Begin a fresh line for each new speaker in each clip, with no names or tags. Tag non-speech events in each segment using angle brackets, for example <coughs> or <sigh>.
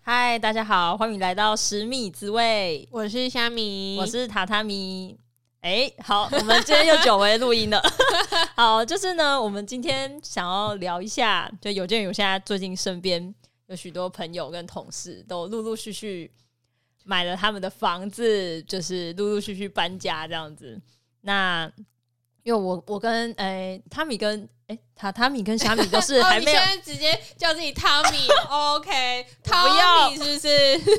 嗨，大家好，欢迎来到十米滋味，
我是虾米，
我是榻榻米。哎、好，我们今天又久违录音了。好，就是呢，我们今天想要聊一下，就有见有现在最近身边有许多朋友跟同事都陆陆续续买了他们的房子，就是陆陆续续搬家这样子。那因为我我跟哎汤米跟哎榻榻米跟小米都是
哦，
还
你
没
现
有，
在直接叫自己 <laughs> 哦 Tommy，OK，
要
Tommy 是不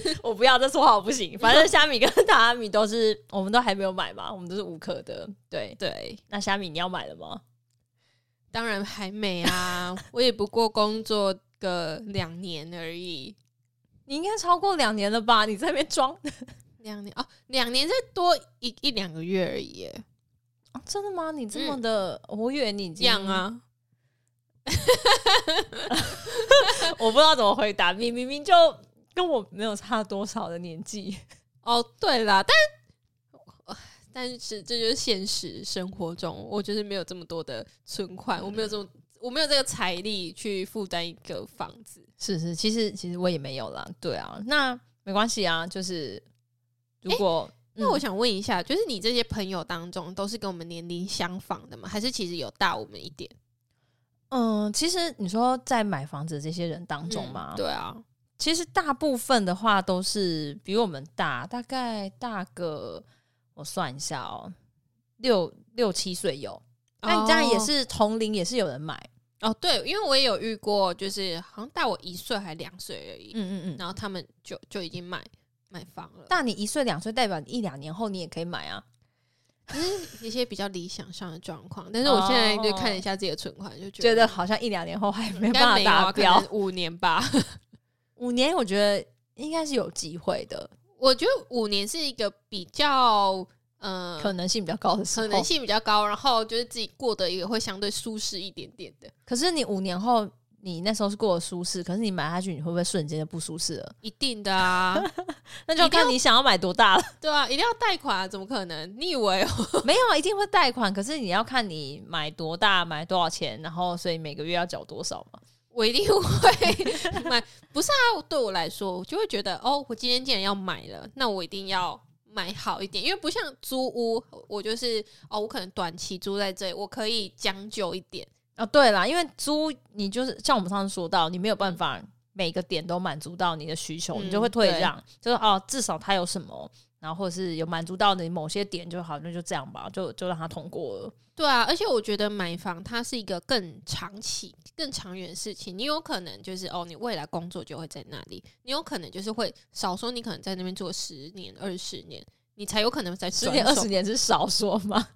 是？
<laughs> 我不要，这说好不 <laughs> 行。反正虾米跟塔米都是，我们都还没有买嘛，我们都是无壳的。对，
对，
那虾米你要买了吗？
当然还没啊，我也不过工作个两年而已，
你应该超过两年了吧？你在那边装、 <laughs>
两年哦，两年再多一一两个月而已耶，
啊真的吗？你这么的，我以为你已
这
经
样，
<laughs>
啊，
我不知道怎么回答你，明明就跟我没有差多少的年纪。
哦，对啦，但。但是这就是现实生活中，我就是没有这么多的存款，我没有这种，我没有这个财力去负担一个房子。
是是，其实其实我也没有啦。对啊，那没关系啊，就是如果、嗯
那我想问一下，就是你这些朋友当中，都是跟我们年龄相仿的吗？还是其实有大我们一点
嗯，其实你说在买房子的这些人当中嘛，
对啊，
其实大部分的话都是比我们大，大概大个我算一下哦，六六七岁有。那你这样也
哦
是同龄，也是有人买，
哦哦对，因为我也有遇过，就是好像大我一岁还两岁而已，
嗯嗯嗯。
然后他们就就已经买买房了。
大你一岁两岁，代表你一两年后你也可以买啊。
只是一些比较理想上的状况，但是我现在就看了一下自己的存款，就
哦觉
觉
得
得
好像一两年后还没办
应该
法
没有啊
达
可
标
能，五年吧。
五年我觉得应该是有机会的，
我觉得五年是一个比较呃
可能性哦比较高的时候。
可能性比较高，然后就是自己过得也会相对舒适一点点的，
可是你五年后，你那时候是过得舒适，可是你买下去，你会不会瞬间就不舒适了？
一定的啊。
那就
一定要
看你想要买多大了。
对啊，一定要贷款啊，怎么可能？你以为哦
没有，啊，一定会贷款，可是你要看你买多大，买多少钱，然后所以每个月要缴多少嘛。
我一定会买？不是啊，对我来说，我就会觉得哦，我今天既然要买了，那我一定要买好一点，因为不像租屋，我就是哦，我可能短期租在这里，我可以将就一点。
啊，对啦，因为租你就是像我们上次说到，你没有办法每个点都满足到你的需求，
嗯
你就会退让，就是哦，至少它有什么，然后或者是有满足到你某些点就好，那就这样吧，就就让它通过了。
对啊，而且我觉得买房它是一个更长期、更长远的事情。你有可能就是哦，你未来工作就会在那里，你有可能就是会少说，你可能在那边做十年、二十年，你才有可能在
十年二十年是少说 <laughs> 吗？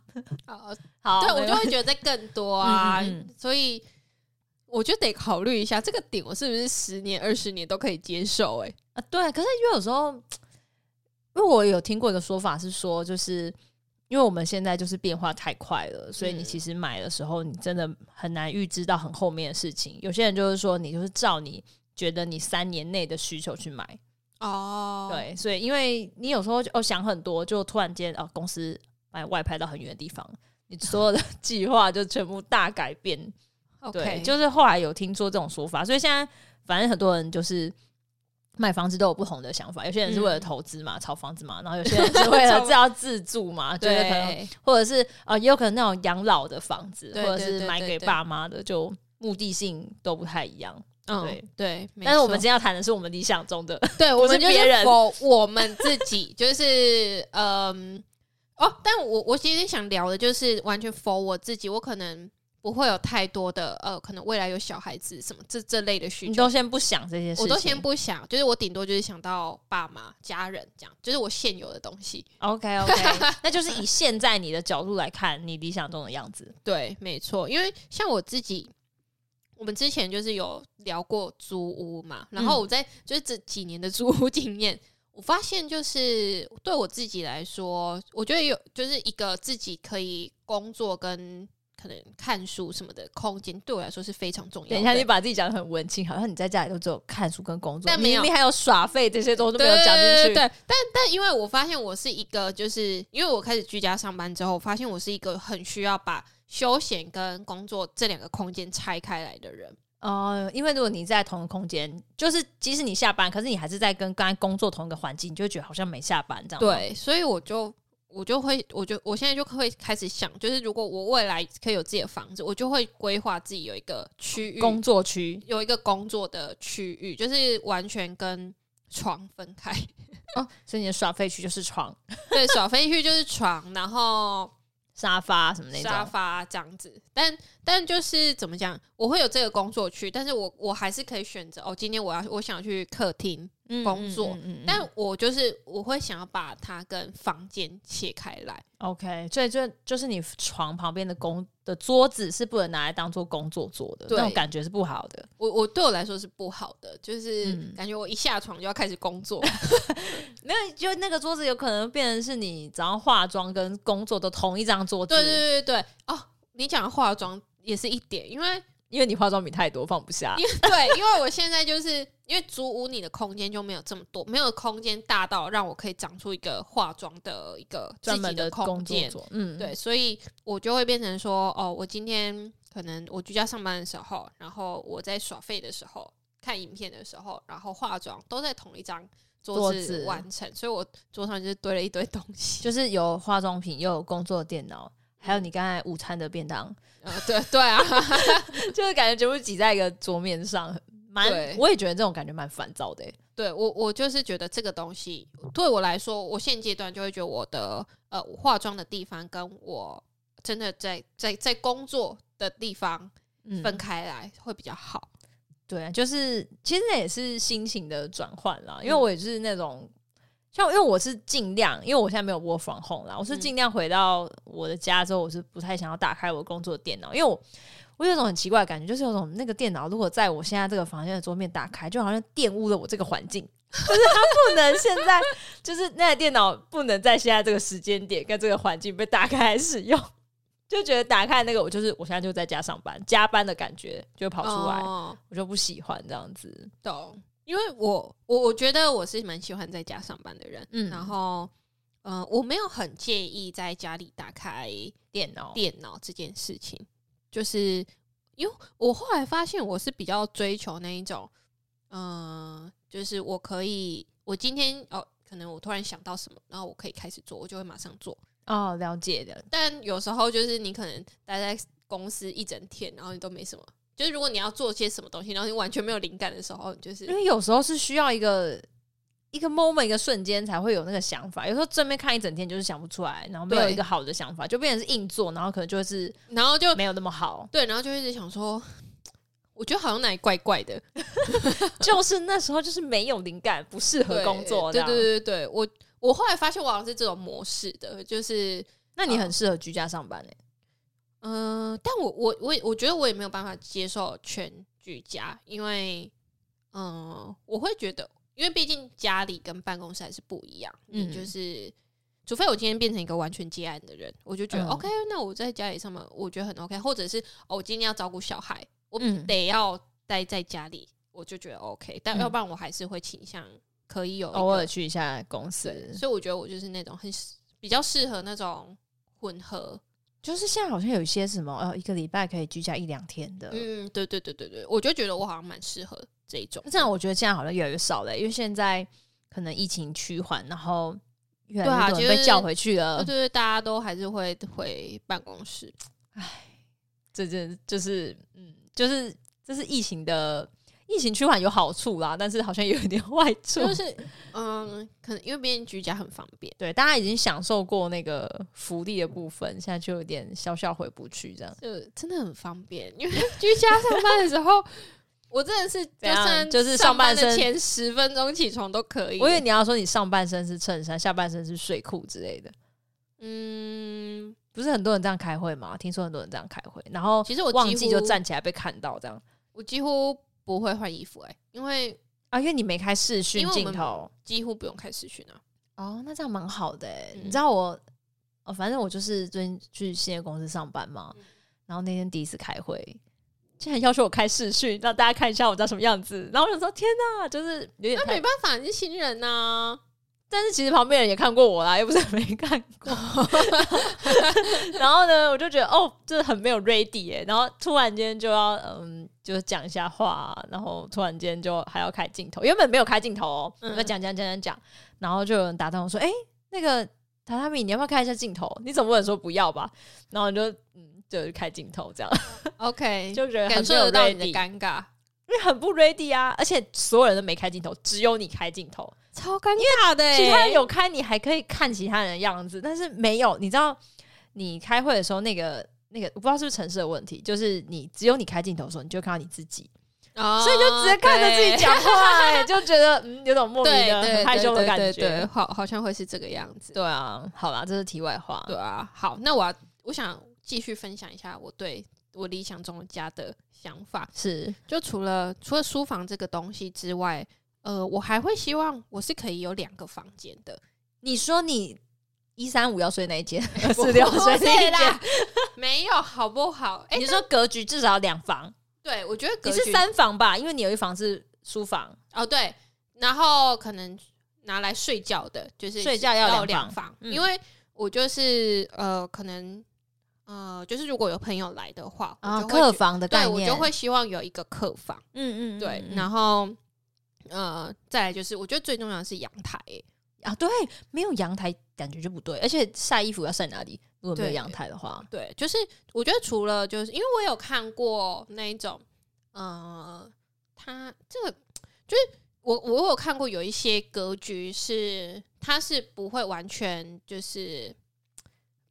好，
对我
哦没
就
关
会觉得更多啊，
嗯嗯
所以我就得考虑一下这个点，我是不是十年、二十年都可以接受、欸？
啊，对，可是因为有时候，因为我有听过一个说法是说，就是因为我们现在就是变化太快了，所以你
嗯
其实买的时候，你真的很难预知到很后面的事情。有些人就是说，你就是照你觉得你三年内的需求去买，
哦，
对，所以因为你有时候就哦想很多，就突然间哦公司把你外派到很远的地方。你所有的 <laughs> 计划就全部大改变，对
，OK，
就是后来有听说这种说法，所以现在反正很多人就是买房子都有不同的想法，有些人是为了
嗯
投资嘛，炒房子嘛，然后有些人是为了
炒
自要自住
<laughs>
嘛，就是可能
对，
或者是呃，也有可能那种养老的房子，
对
或者
对
是
对
买
对
给
对
爸妈的，就目的性都不太一样。对
嗯，对，没
但是我们
错
今天要谈的是我们理想中
<laughs>
的，
对，我们就
别人
是否我们自己， <laughs> 就是嗯，哦，但我我其实想聊的就是完全否我自己，我可能不会有太多的呃，可能未来有小孩子什么这这类的需
你
求
都，先不想这些事情，
我都先不想，就是我顶多就是想到爸妈、家人这样，就是我现有的东西。
OK OK，那
<laughs>
就是以现在你的角度来看你理想中的样子。
对，没错，因为像我自己。我们之前就是有聊过租屋嘛，然
嗯
后我在就是这几年的租屋 <laughs> 经验，我发现就是对我自己来说，我觉得有就是一个自己可以工作跟可能看书什么的空间，对我来说是非常重要的。
等一下，你把自己讲的很文青，好像你在家里都只有看书跟工作，
但没有
明明还有耍废这些都是没
对
有讲进去。
对对对，但但因为我发现我是一个，就是因为我开始居家上班之后，我发现我是一个很需要把休闲跟工作这两个空间拆开来的人。
呃，因为如果你在同一个空间，就是即使你下班，可是你还是在跟刚才工作同一个环境，你就会觉得好像没下班这样。，
对，所以我就我就会，我就我现在就会开始想，就是如果我未来可以有自己的房子，我就会规划自己有一个区域，
工作区
有一个工作的区域，就是完全跟床分开。
哦，所以你的耍废区就是床、
对，耍飞区就是床，然后
沙发什么那种。
沙发这样子。但但就是怎么讲，我会有这个工作区，但是我我还是可以选择哦，今天我要我想去客厅，
嗯
工作
嗯嗯嗯嗯
但我就是我会想要把它跟房间切开来。
OK，所以就就是你床旁边的工的桌子是不能拿来当做工作桌的，
对
那种感觉是不好的。
我我对我来说是不好的，就是
嗯
感觉我一下床就要开始
<laughs>
工作。
没有，就那个桌子有可能变成是你早上化妆跟工作的同一张桌子，
对对对对对，哦，你讲化妆也是一点，
<laughs>
因为
因为你化妆品太多放不下
因。为对，因为我现在就是因为租屋，你的空间就没有这么多，没有空间大到让我可以长出一个化妆的一个自
专
己
门的
空
工作
间。
桌，嗯，
对，所以我就会变成说，哦，我今天可能我居家上班的时候，然后我在耍废的时候，看影片的时候，然后化妆都在同一张桌
桌
子
子
完成，所以我桌上就是堆了一堆东西。
就是有化妆品，又有工作的电脑，还有你刚才午餐的便当，
呃，对对啊，
<laughs>
<laughs>
就是感觉全部挤在一个桌面上，蛮
对
我也觉得这种感觉蛮烦躁的欸、
对我，我就是觉得这个东西对我来说，我现阶段就会觉得我的呃我化妆的地方跟我真的在在在工作的地方
嗯
分开来会比较好。
对啊，就是其实那也是心情的转换啦，因
嗯
为我也是那种。像因为我是尽量，因为我现在没有 work from home 啦，我是
嗯
尽量回到我的家之后，我是不太想要打开我工作的电脑，因为我我有一种很奇怪的感觉，就是有种那个电脑如果在我现在这个房间的桌面打开，就好像玷污了我这个环境， <laughs> 就是它不能现在就是那台电脑不能在现在这个时间点跟这个环境被打开来使用， <laughs> 就觉得打开那个我就是我现在就在家上班加班的感觉就会跑出来，
哦
我就不喜欢这样子。
懂？因为我我我觉得我是蛮喜欢在家上班的人，
嗯
然后呃，我没有很介意在家里打开
电脑，
电脑这件事情，就是因为我后来发现我是比较追求那一种，嗯、就是我可以，我今天哦，可能我突然想到什么，然后我可以开始做，我就会马上做。
哦，了解的，
但有时候就是你可能待在公司一整天，然后你都没什么。就是如果你要做些什么东西，然后你完全没有灵感的时候，你就是
因为有时候是需要一个一个 moment 一个瞬间才会有那个想法，有时候正面看一整天就是想不出来，然后没有
对
一个好的想法，就变成是硬做，然后可能就是
然后就。
没有那么好 <laughs>
对，然后就一直想说，我觉得好像哪里怪怪的，
就是那时候就是没有灵感，不适合
对
工作这
对
样。
对对对对，我我后来发现我好像是这种模式的，就是
那你很适合居家上班诶、
欸嗯、呃但我我我也我觉得我也没有办法接受全居家，因为嗯、呃我会觉得，因为毕竟家里跟办公室还是不一样，嗯，
嗯
就是。除非我今天变成一个完全接案的人，我就觉得、
嗯
OK，那我在家里上班，我觉得很 OK，或者是哦，我今天要照顾小孩，我
嗯
得要待在家里，我就觉得 OK，但
嗯
要不然我还是会倾向可以有一个
偶尔去一下公
对，
司，
所以我觉得我就是那种很适比较适合那种混合，
就是现在好像有一些什么呃，一个礼拜可以居家一两天的，
嗯，对对对对对，我就觉得我好像蛮适合这一
<laughs>
种
那，这样我觉得现在好像越来越少了、欸因为现在可能疫情趋缓，然后越
对
来
啊
越多人
就
被
是呃
叫回去了。
对对对，大家都还是会回办公室，
这件就是嗯，就是这是疫情的疫情趋缓有好处啦，但是好像也有一点 <laughs> 坏处。
就是嗯，可能因为毕竟居家很方便，
对，大家已经享受过那个福利的部分，现在就有点小小回不去这样。
就真的很方便，
<laughs>
因为居家上班的时候。我真的是，就
怎样
算
就是上
上班
半
的
身
前十分钟起床都可以。
我以为你要说你上半身是衬衫，下半身是睡裤之类的，
嗯，
不是很多人这样开会吗？听说很多人这样开会，然后
其实我
忘
几
记
乎
就站起来被看到这样
我几乎不会换衣服哎、因为
啊，因为你没开视
因
讯
为我
镜
们
头
几乎不用开视讯啊。
哦，那这样蛮好的、欸。
嗯
你知道我，哦，反正我就是最近去新的公司上班嘛，
嗯
然后那天第一次开会，竟然要求我开视讯，让大家看一下我长什么样子。然后我想说，天哪，就是有点
那
太 <laughs>
没办法，你是新人呐、
但是其实旁边人也看过我啦，又不是没看
<laughs>
过。 <laughs> 然后呢，我就觉得哦，这很没有 ready 耶、然后突然间就要嗯，就是讲一下话啊、然后突然间就还要开镜头，原本没有开镜头哦、
嗯
我在讲讲讲讲讲，然后就有人打断我说：“哎、那个榻榻米，你要不要开一下镜头？你总不能说不要吧？”然后我就嗯，就开镜头这样，<laughs>
OK，
就觉得
感
很
受
没有
得到你的
ready
尴尬，
因为很不 ready 啊，而且所有人都没开镜头，只有你开镜头。
超尴尬的欸、
其他人有开，你还可以看其他人的样子，但是没有。你知道，你开会的时候，那个那个，我不知道是不是城市的问题，就是你只有你开镜头的时候，你就会看到你自己，
哦，
所以就直接看着自己讲话、哎，就觉得嗯，有种莫
对，
名
对
的
对
很害羞的
对
感
对
觉。
对好，好像会是这个样子。
对啊，好啦，这是题外话。
对啊，好，那我要我想继续分享一下我对我理想中的家的想法。
是，
就除了除了书房这个东西之外，呃，我还会希望我是可以有两个房间的，
你说你一三五要睡那一间，
不
<laughs> 四六睡
是
那一
啦
间，，
没有好不好？哎、
你说格局至少要两房，
对我觉得格
你
局
是三房吧？因为你有一房是书房，
哦，对，然后可能拿来睡觉的，就是
睡觉要
到
两
两房，
嗯
因为我就是呃，可能呃，就是如果有朋友来的话，我就会
啊哦客
觉
房的概
对
念，
我就会希望有一个客房，
嗯嗯嗯，
对，
嗯
然后呃，再来就是我觉得最重要的是阳台、欸
啊，对，没有阳台感觉就不对，而且晒衣服要晒哪里？如果没有
对
阳台的话，
对，就是我觉得除了就是因为我有看过那一种，呃，它这个就是我我有看过有一些格局是它是不会完全就是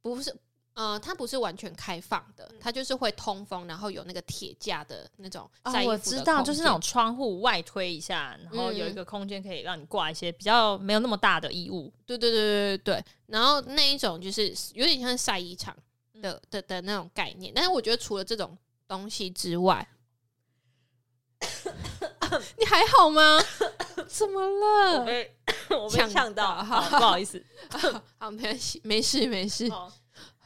不是呃它不是完全开放的，
嗯
它就是会通风，然后有那个铁架的那种晒衣服的空
哦
间、
我知道，就是那种窗户外推一下，然后有一
嗯
个空间可以让你挂一些比较没有那么大的衣物。
对对对对对对，然后那一种就是有点像晒衣场
嗯
的的的那种概念，但是我觉得除了这种东西之
<coughs>
外，你还
<coughs>
好吗？怎么
<laughs>
了？
被我
被呛呛到到好好
不好意 <laughs> 思。
好，没关系，没事没事。
哦，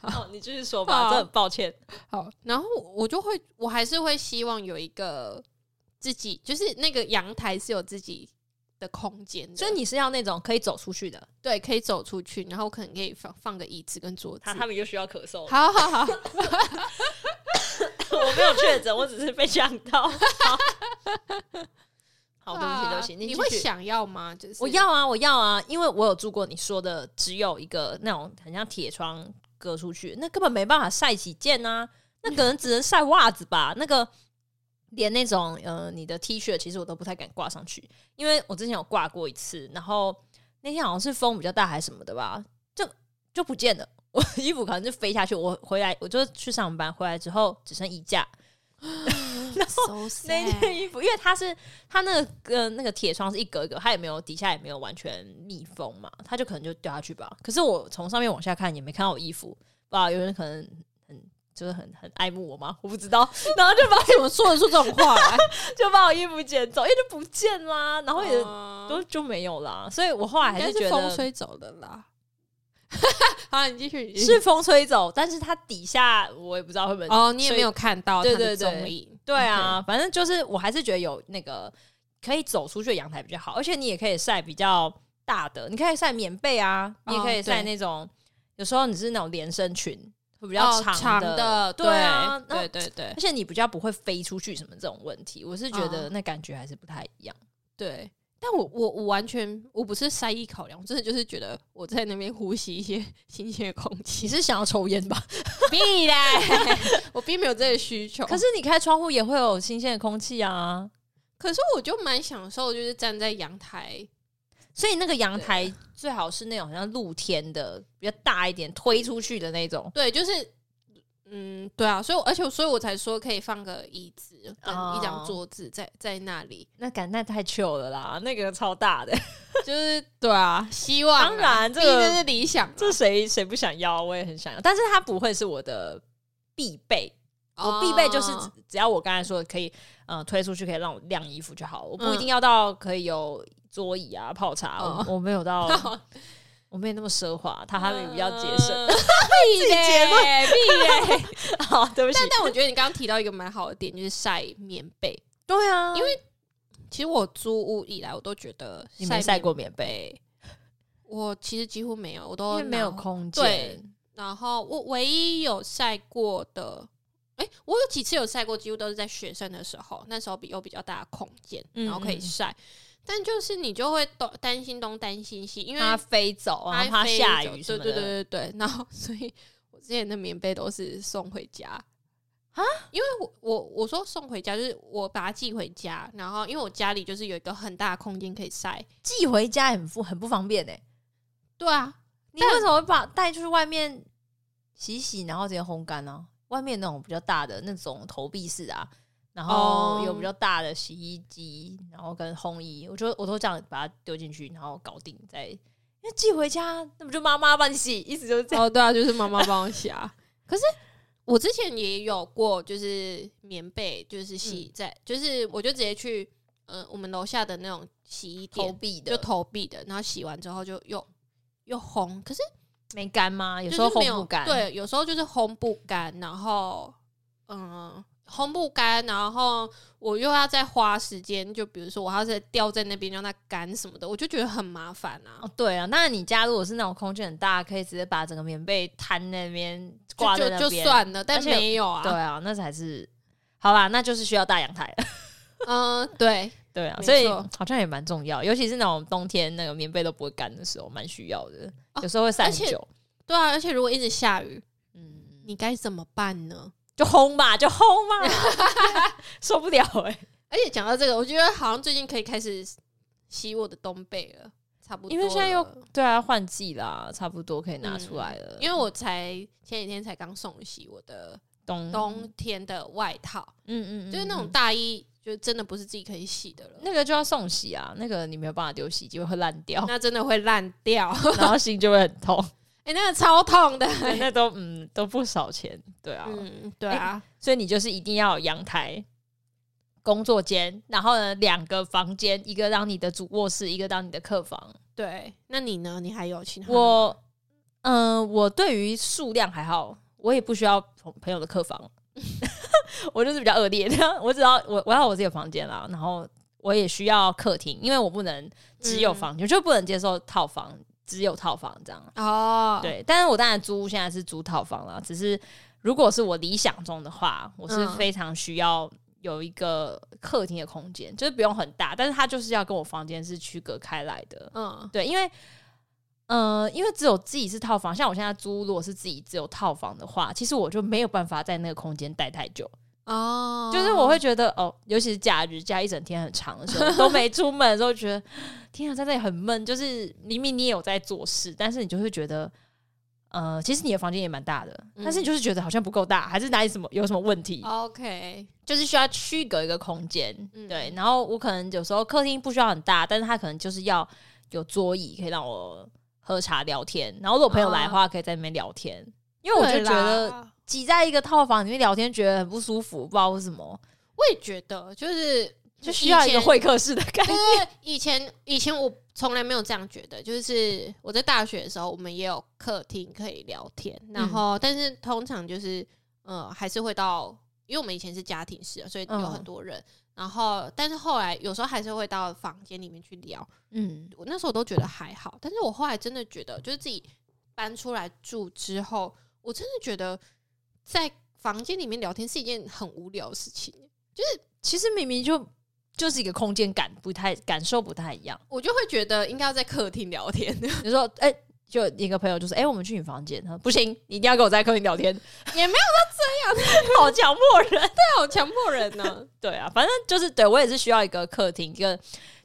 哦，你继续说
吧好这很
抱歉。
好，然后我就会，我还是会希望有一个自己，就是那个阳台是有自己的空间的，
所以你是要那种可以走出去的，
对可以走出去，然后我可能可以放放个椅子跟桌子。
们又需要咳嗽
好好好，
我没有确诊，我只是被呛到。 <laughs> 好，对不起，
啊
对不起，
你
继
会
续
想要吗？就是
我要 <laughs> 啊，我要啊，因为我有住过你说的只有一个那种很像铁窗隔出去，那根本没办法晒几件啊，那可能只能晒袜子吧，那个。连那种呃，你的 T 恤其实我都不太敢挂上去，因为我之前有挂过一次，然后那天好像是风比较大还是什么的吧，就就不见了，我衣服可能就飞下去。我回来，我就去上班，回来之后只剩衣架，
So
那
sad
件衣服，因为它是它那个呃那个铁窗是一格一格，它也没有底下也没有完全密封嘛，它就可能就掉下去吧。可是我从上面往下看也没看到我衣服，吧，有人可能很就是很很爱慕我吗？我不知道，然后就把
<laughs> 怎么说得出这种话 <laughs> 来？
就把我衣服捡走，因为就不见啦，然后也
都
都就没有啦，所以我后来还
还
是
哦是
觉
风
得。
吹走的啦。 <laughs> 好，你继续。你继续
是风吹走，但是它底下我也不知道会不会
哦，你也
所以
没有看到
对
它的
对对
踪影。
对啊，反正就是我还是觉得有那个可以走出去的阳台比较好，而且你也可以晒比较大的，你可以晒棉被啊，
哦
你也可以晒
对
那种有时候你是那种连身裙会比
比
较
哦长
哦的，
的，
对啊，那
对对对
而且你比较不会飞出去什么这种问题，我是觉得
哦
那感觉还是不太一样。
对。但我我我完全我不是塞意考量，我真的就是觉得我在那边呼吸一些 <laughs> 新鲜的空
你
气。
是想要抽烟吧？
必然， <laughs> 我并没有这个需求。
<laughs> 可是你开窗户也会有新鲜的空气啊，
可是我就蛮享受，就是站在阳台
所以那个阳台最好是那种好像露天的，比较大一点，推出去的那种。
对，就是，嗯，对啊，所以我而且所以我才说可以放个椅子跟一张
哦
桌子在在那里，
那感那太 chill 了啦，那个超大的。 <laughs>
就是对啊，希望
当然这
这
个
这是理想啊，
这谁谁不想要？我也很想要，但是它不会是我的必备。我必备就是只
哦
只要我刚才说的可以，呃，推出去可以让我晾衣服就好，我不
嗯
一定要到可以有桌椅啊、泡茶，
哦
我我没有到，
<laughs>
我没有那么奢华，他还比较节省。 <laughs>
嗯必
己结论
嘞
<laughs>
必嘞。
好，对不起
但，但我觉得你刚刚提到一个蛮好的点，就是晒棉被。
<laughs> 对啊，因
因
为
为其实我租屋以来，我都觉得
你没晒
棉
过棉被，
被，我其实几乎没有，我
因
都
为没有
拿
空
哦对
间。
然后我唯一有晒过的，哎、我有几次有晒过，几乎都是在学生的时候，那时候比有比较大的空间，
嗯
然后可以晒。但就是你就会东担心东担心西，因为
怕它飞走，然后怕
飞
下
走
雨什
对
么的。
对对对对。然后所以我之前的棉被都是送回家
啊，
因为我我我说送回家就是我把它寄回家，然后因为我家里就是有一个很大的空间可以晒。
寄回家很不很不方便哎、
对啊，
你为什么会把带出去外面洗洗，然后直接烘干呢、外面那种比较大的那种投币式啊，然后
哦
有比较大的洗衣机，然后跟烘衣，我就我都这样把它丢进去，然后搞定再。因为寄回家，那不就妈妈帮你洗，意思就是 <laughs> 这样。
哦，对啊，就是妈妈帮我洗啊。 <laughs> 可是我之前也有过，就是棉被，就是
嗯
洗在，就是我就直接去，呃，我们楼下的那种洗衣
投
店
币
就
的
投币的，然后洗完之后就又又烘，可是
没干吗？有
就
时候
是没
烘
有
不干，，
对，有时候就是烘不干，然后嗯。烘不干，然后我又要再花时间，就比如说我还要再吊在那边让它干什么的，我就觉得很麻烦啊。
哦对啊。那你家如果是那种空间很大，可以直接把整个棉被摊那边
就
挂在
就
那
就
边，
算了，但
而且
没有啊。
对啊，那才是好啦，那就是需要大阳台。
嗯、对，
对啊，
没
所以
错
好像也蛮重要，尤其是那种冬天那个棉被都不会干的时候，蛮需要的。
哦
有时候会晒
而
很
且
久，
对啊，而且如果一直下雨，
嗯，
你该怎么办呢？
就烘吧，就烘吧，
<laughs>
受不了哎、
而且讲到这个，我觉得好像最近可以开始洗我的冬被了，差不多了。嗯
因为现在又对啊，换季啦，差不多可以拿出来了。
因为我才前几天才刚送洗我的
冬
冬天的外套，
嗯嗯嗯，
就是那种
嗯
大衣，就真的不是自己可以洗的了，
那个就要送洗啊，那个你没有办法丢洗衣机会烂
<laughs>
掉，
那真的会烂掉。 <laughs>
然后心就会很痛。 <laughs>
哎、那个超痛的。
对，那都嗯都不少钱，对啊，
嗯，对啊，
所以你就是一定要有阳台、工作间，然后呢两个房间，一个当你的主卧室，一个当你的客房。
对。那你呢？你还有其他？
我，嗯、我对于数量还好，我也不需要朋朋友的客房， <laughs> 我就是比较恶劣的， <laughs> 我只要我我要我自己的房间啦，然后我也需要客厅，因为我不能只有房间，就不能接受套房，只有套房这样。
哦，，
对，但是我当然租屋现在是租套房啦，只是如果是我理想中的话，我是
嗯
非常需要有一个客厅的空间，就是不用很大，但是它就是要跟我房间是区隔开来的。
嗯
对，因为呃，因为只有自己是套房，像我现在租，如果是自己只有套房的话，其实我就没有办法在那个空间待太久，
哦，
就是我会觉得哦，尤其是假日，假一整天很长的时候，都没出门的时候，觉得天啊，在这里很闷。就是明明你也有在做事，但是你就会觉得，呃，其实你的房间也蛮大的，但
嗯
是你就是觉得好像不够大，还是哪里什么有什么问题，
OK，
就是需要区隔一个空间。
哦嗯
对，然后我可能有时候客厅不需要很大，但是它可能就是要有桌椅可以让我喝茶聊天，然后如果朋友来的话，可以在那边聊天。因为我就觉
哦对
得
啦
挤在一个套房里面聊天，觉得很不舒服，不知道为什么。
我也觉得，就是
就需要一个。会
以前
客室的概
就
念。
是以前以前我从来没有这样觉得，就是我在大学的时候，我们也有客厅可以聊天，然
嗯
后、但是通常就是呃还是会到，因为我们以前是家庭式啊，所以有
嗯
很多人。然后，但是后来有时候还是会到房间里面去聊。
嗯
我那时候都觉得还好，但是我后来真的觉得，就是自己搬出来住之后，我真的觉得在房间里面聊天是一件很无聊的事情。
其实明明就就是一个空间感不太感受不太一 <laughs> 样。
我就会觉得应该要在客厅聊天，
<laughs> 你说，哎、就有一个朋友就说，哎、我们去你房间，他说不行，你一定要跟我在客厅聊天，
也
有
没
到这样，好强迫人。
有强迫人呢、
对啊，反正就是对我也是需要一个客厅，一个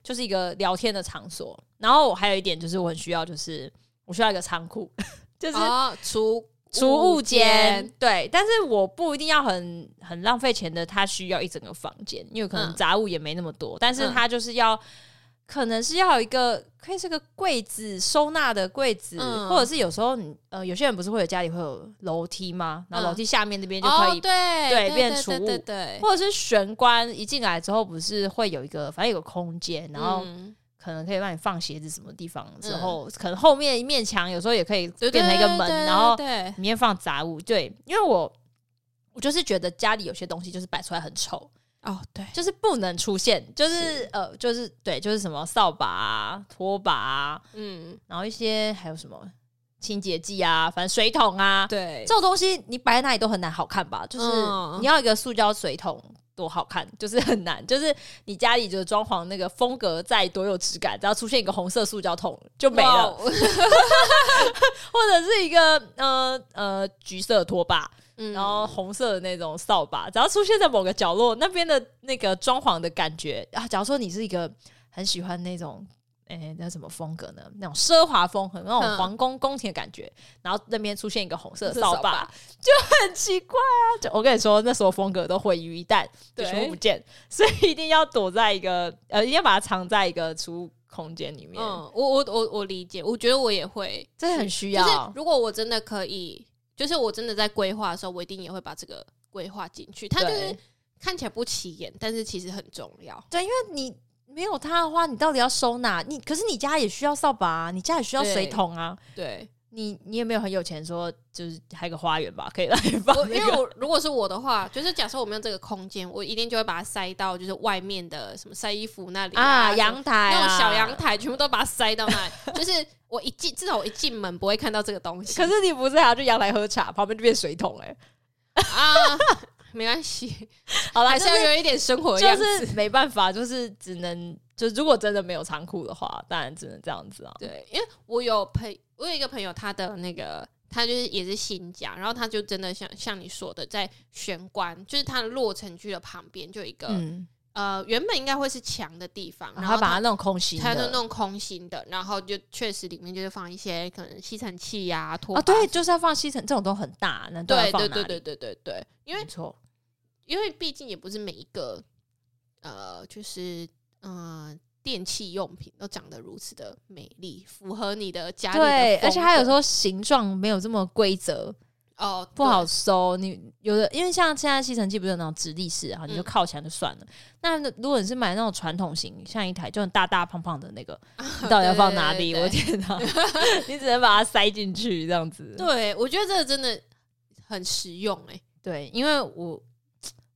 就是一个聊天的场所。然后我还有一点就是我很需要，就是我需要一个仓库， <laughs> 就是
哦，储
储物间，，对，但是我不一定要很很浪费钱的，它需要一整个房间，因为可能
嗯
杂物也没那么多，但是
嗯
它就是要。可能是要有一个可以是个柜子收纳的柜子，
嗯
或者是有时候你呃有些人不是会有家里会有楼梯吗？然后
嗯
楼梯下面那边就可
哦
以，
对
对
对
变
对
储
对对
物
对，
或者是玄关一进来之后不是会有一个反正有个空间，然后
嗯
可能可以让你放鞋子什么地方之后，可能后面一面墙有时候也可以
对
变成一个门，
对对
然后
对
里面放杂物。对，因为我我就是觉得家里有些东西就是摆出来很丑，
哦，对，
就是不能出现，就是呃，就是对，就是什么扫把、啊、拖把、啊，
嗯，
然后一些还有什么清洁剂啊，反正水桶啊，
对
这，种东西你摆在那里都很难好看吧？就是
嗯
你要一个塑胶水桶多好看，就是很难。就是你家里就是装潢那个风格再多有质感，只要出现一个红色塑胶桶就没
哇
了，
哦，
<laughs> 或者是一个呃呃橘色拖把，
嗯
然后红色的那种扫把，只要出现在某个角落，那边的那个装潢的感觉啊，假如说你是一个很喜欢那种。诶、那什么风格呢？那种奢华风，很那种
嗯
皇宫宫廷的感觉。然后那边出现一个红色的
是
扫把，很奇怪啊！就我跟你说，那所有风格都毁于一旦，就
对
全部不见，所以一定要躲在一个呃，一定要把它藏在一个储物空间里面，
嗯，我我我我理解，我觉得我也会，
这很需
就
要。
是如果我真的可以，就是我真的在规划的时候，我一定也会把这个规划进去。它就是
对
看起来不起眼，但是其实很重要。
对，因为你没有它的话，你到底要收纳？你可是你家也需要扫把、啊，你家也需要
对
水桶啊。
对，
你你也没有很有钱说，就是还有个花园吧，可以来放、
我
那
因
个
为我如果是我的话，就是假设我没有这个空间，我一定就会把它塞到就是外面的什么晒衣服那里
<laughs> 啊
什么
阳台、啊
那种小阳。台，全部都把它塞到那里。就是我一进，至少我一进门不会看到这个东西。
<laughs> 可是你不是还要去阳台喝茶，旁边就变水桶哎、欸
啊，没
<laughs>
关系，
好啦，
还是
就是
要有一点生活的样
就
子。
是没办法，就是只能就如果真的没有仓库的话，当然只能这样子啊。
对，因为我有朋，我有一个朋友，他的那个他就是也是新家，然后他就真的像像你说的，在玄关，就是他的落成区的旁边就有一个、
嗯，
呃，原本应该会是墙的地方，
然
然
后
后
把它
他
弄空心
他就
的。
弄空心的，然后就确实里面就是放一些可能吸尘器呀、拖
啊，
把。
对，就是要放吸尘，这种都很大，那都要
对
放
对
哪里嗯
对对对对对，因为
没错，
因为毕竟也不是每一个呃，就是嗯、呃电器用品都长得如此的美丽，符合你的家里的
对，而且还有
风
时
格
候形状没有这么规则，
哦
不好收。你有的，因为像现在吸尘器不是有那种直立式啊，你就
嗯
靠墙就算了。那如果你是买那种传统型，像一台就很大大胖胖的那个，你到底要放哪里？
对对
我天哪， <laughs> 你只能把它塞进去这样子。
对，我觉得这个真的很实用哎、
对，因为我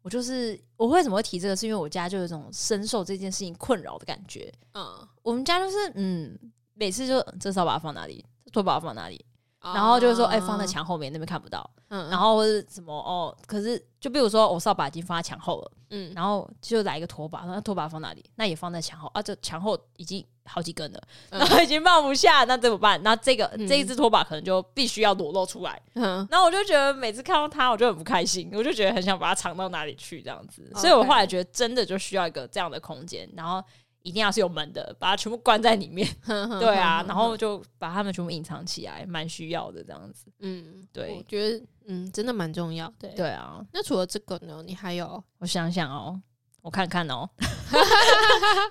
我就是我为什么会提这个，是因为我家就有一种深受这件事情困扰的感觉。
嗯，
我们家就是嗯，每次就这扫把放哪里，这拖把放哪里，
哦
然后就会说哎、放在，墙后面那边看不到，
嗯
然后或者什么哦，可是就比如说我扫把已经放在墙后了，
嗯，
然后就来一个拖把，那拖把放哪里？那也放在墙后啊，这墙后已经好几根了，
嗯
然后已经放不下，那怎么办？那这个、
嗯
这一只拖把可能就必须要裸露出来。
嗯
然后我就觉得每次看到它，我就很不开心，我就觉得很想把它藏到哪里去这样子。
OK
所以我后来觉得真的就需要一个这样的空间，然后一定要是有门的，把它全部关在里面。
嗯哼哼
对啊，
哼
然后就把它们全部隐藏起来，蛮需要的这样子。
嗯，
对
我觉得嗯，真的蛮重要的。
对啊，
那除了这个呢，你还有
我想想哦，我看看哦， <laughs>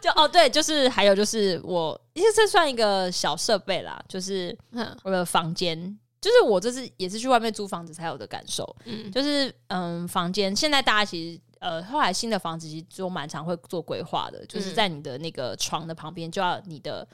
就哦对，就是还有就是我，其实这算一个小设备啦，就是
嗯
我的房间。就是我这是也是去外面租房子才有的感受，
嗯
就是嗯，房间现在大家其实呃，后来新的房子其实都蛮常会做规划的，就是
嗯
在你的那个床的旁边就要你的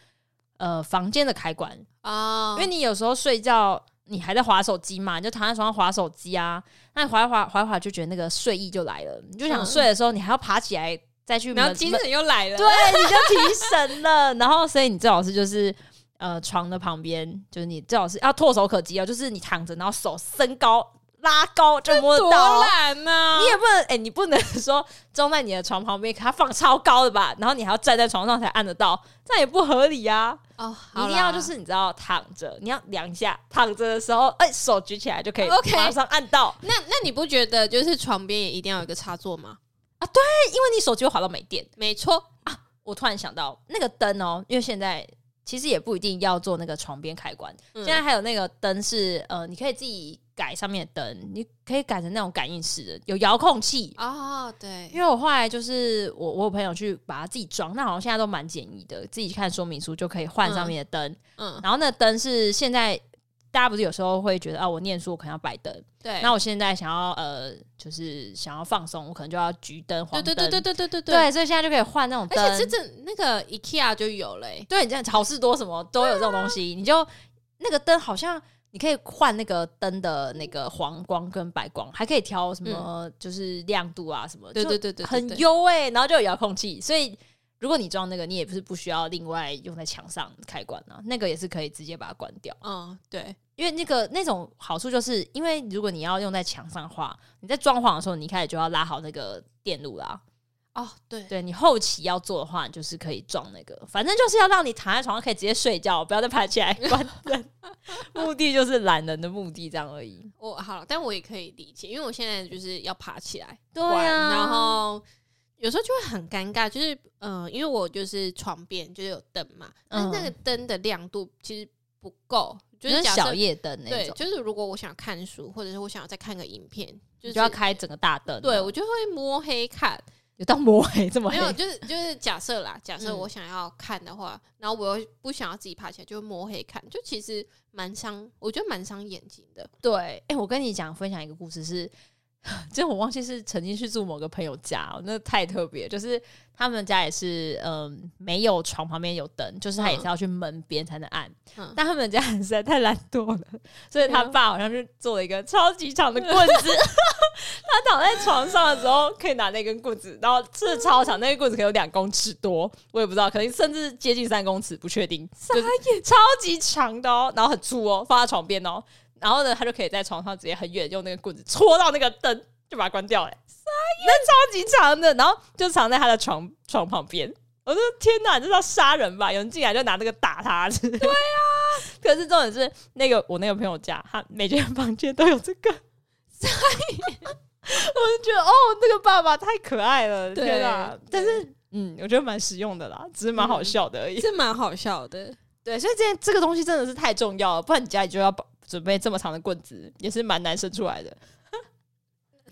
呃房间的开关，
啊，
因为你有时候睡觉你还在划手机嘛，你就躺在床上划手机啊，那你划一划划一划就觉得那个睡意就来了，你就想
嗯
睡的时候你还要爬起来再去
然后
门
精
门
神又来了，
对，你就提神了。然后，所以你最好是就是呃床的旁边，就是你最好是要唾手可及哦，就是你躺着，然后手伸高拉高就摸得
多啊
到哦。
懒呐、
你也不能，哎、你不能说 <laughs> 装在你的床旁边，可它放超高的吧？然后你还要站在床上才按得到，这样也不合理啊！
哦，
你
好
一定
啦
要就是你知道躺着，你要量一下，躺着的时候，哎、手举起来就可以
OK
马上按到，
那那你不觉得就是床边也一定要有一个插座吗？
哎因为你手机会滑到没电。
没错，
我突然想到那个灯哦，因为现在其实也不一定要做那个床边开关，
嗯
现在还有那个灯是呃，你可以自己改上面的灯，你可以改成那种感应式的，有遥控器。
哦，对，
因为我后来就是我我有朋友去把它自己装，那好像现在都蛮简易的，自己看说明书就可以换上面的灯。
嗯，
然后那灯是现在大家不是有时候会觉得啊，我念书我可能要摆灯，
对，
那我现在想要呃，就是想要放松，我可能就要橘灯、黄
对
灯，
对对对
对
对对对
对，所以现在就可以换那种灯，
而且这这那个 IKEA 就有了欸、啊
对，你这样好事多什么都有这种东西，你就那个灯好像你可以换那个灯的那个黄光跟白光，还可以调什么就是亮度啊什么，
嗯对
就
对对对，对
很
对
优哎、然后就有遥控器，所以如果你装那个，你也不是不需要另外用在墙上开关啊，那个也是可以直接把它关掉。
嗯，对，
因为那个那种好处就是，因为如果你要用在墙上的话，你在装潢的时候，你一开始就要拉好那个电路啦。
哦，对，
对你后期要做的话，你就是可以装那个，反正就是要让你躺在床上可以直接睡觉，不要再爬起来关 <laughs> 灯。目的就是懒人的目的这样而已。
我好了，但我也可以理解，因为我现在就是要爬起来
对
玩，
啊，
然后有时候就会很尴尬，就是嗯、呃因为我就是床边就是有灯嘛，但是那
嗯
个灯的亮度其实不够，就
就是是
假
小
设
夜灯那
对，
种，
就是如果我想看书，或者是我想要再看个影片，就
你
是
就要开整个大灯啊。
对我就会摸
<laughs>
黑看，
有到摸黑这么
没
黑，
有，就是就是假设啦，假设
嗯
我想要看的话，然后我又不想要自己爬起来，就摸黑看，就其实蛮伤，我觉得蛮伤眼睛
<laughs>
的。
对，哎、我跟你讲，分享一个故事是， <laughs> 就我忘记是曾经去住某个朋友家哦，那太特别，就是他们家也是，嗯、没有床旁边有灯，就是他也是要去门边才能按，
嗯
但他们家人实在太懒惰了，所以他
嗯
爸好像是做了一个超级长的棍子，他躺在床上的时候可以拿那根棍子，然后是超长，那根棍子可能有两公尺多，我也不知道，可能甚至接近三公尺，不确定，就是超级长的哦，然后很粗哦，放在床边哦，然后呢，他就可以在床上直接很远用那个棍子戳到那个灯，就把它关掉、欸，哎，那超级长的，然后就藏在他的床床旁边。我说天哪，这是要杀人吧？有人进来就拿那个打他之类的。对啊， <laughs> 可是重点是那个我那个朋友家，他每间房间都有这个，我就觉得哦，那个爸爸太可爱了，
对
天哪！
对
但是嗯，我觉得蛮实用的啦，只是蛮好笑的而已。
是蛮好笑的。
嗯对，所以这这个东西真的是太重要了，不然你家里就要把准备这么长的棍子，也是蛮难生出来的。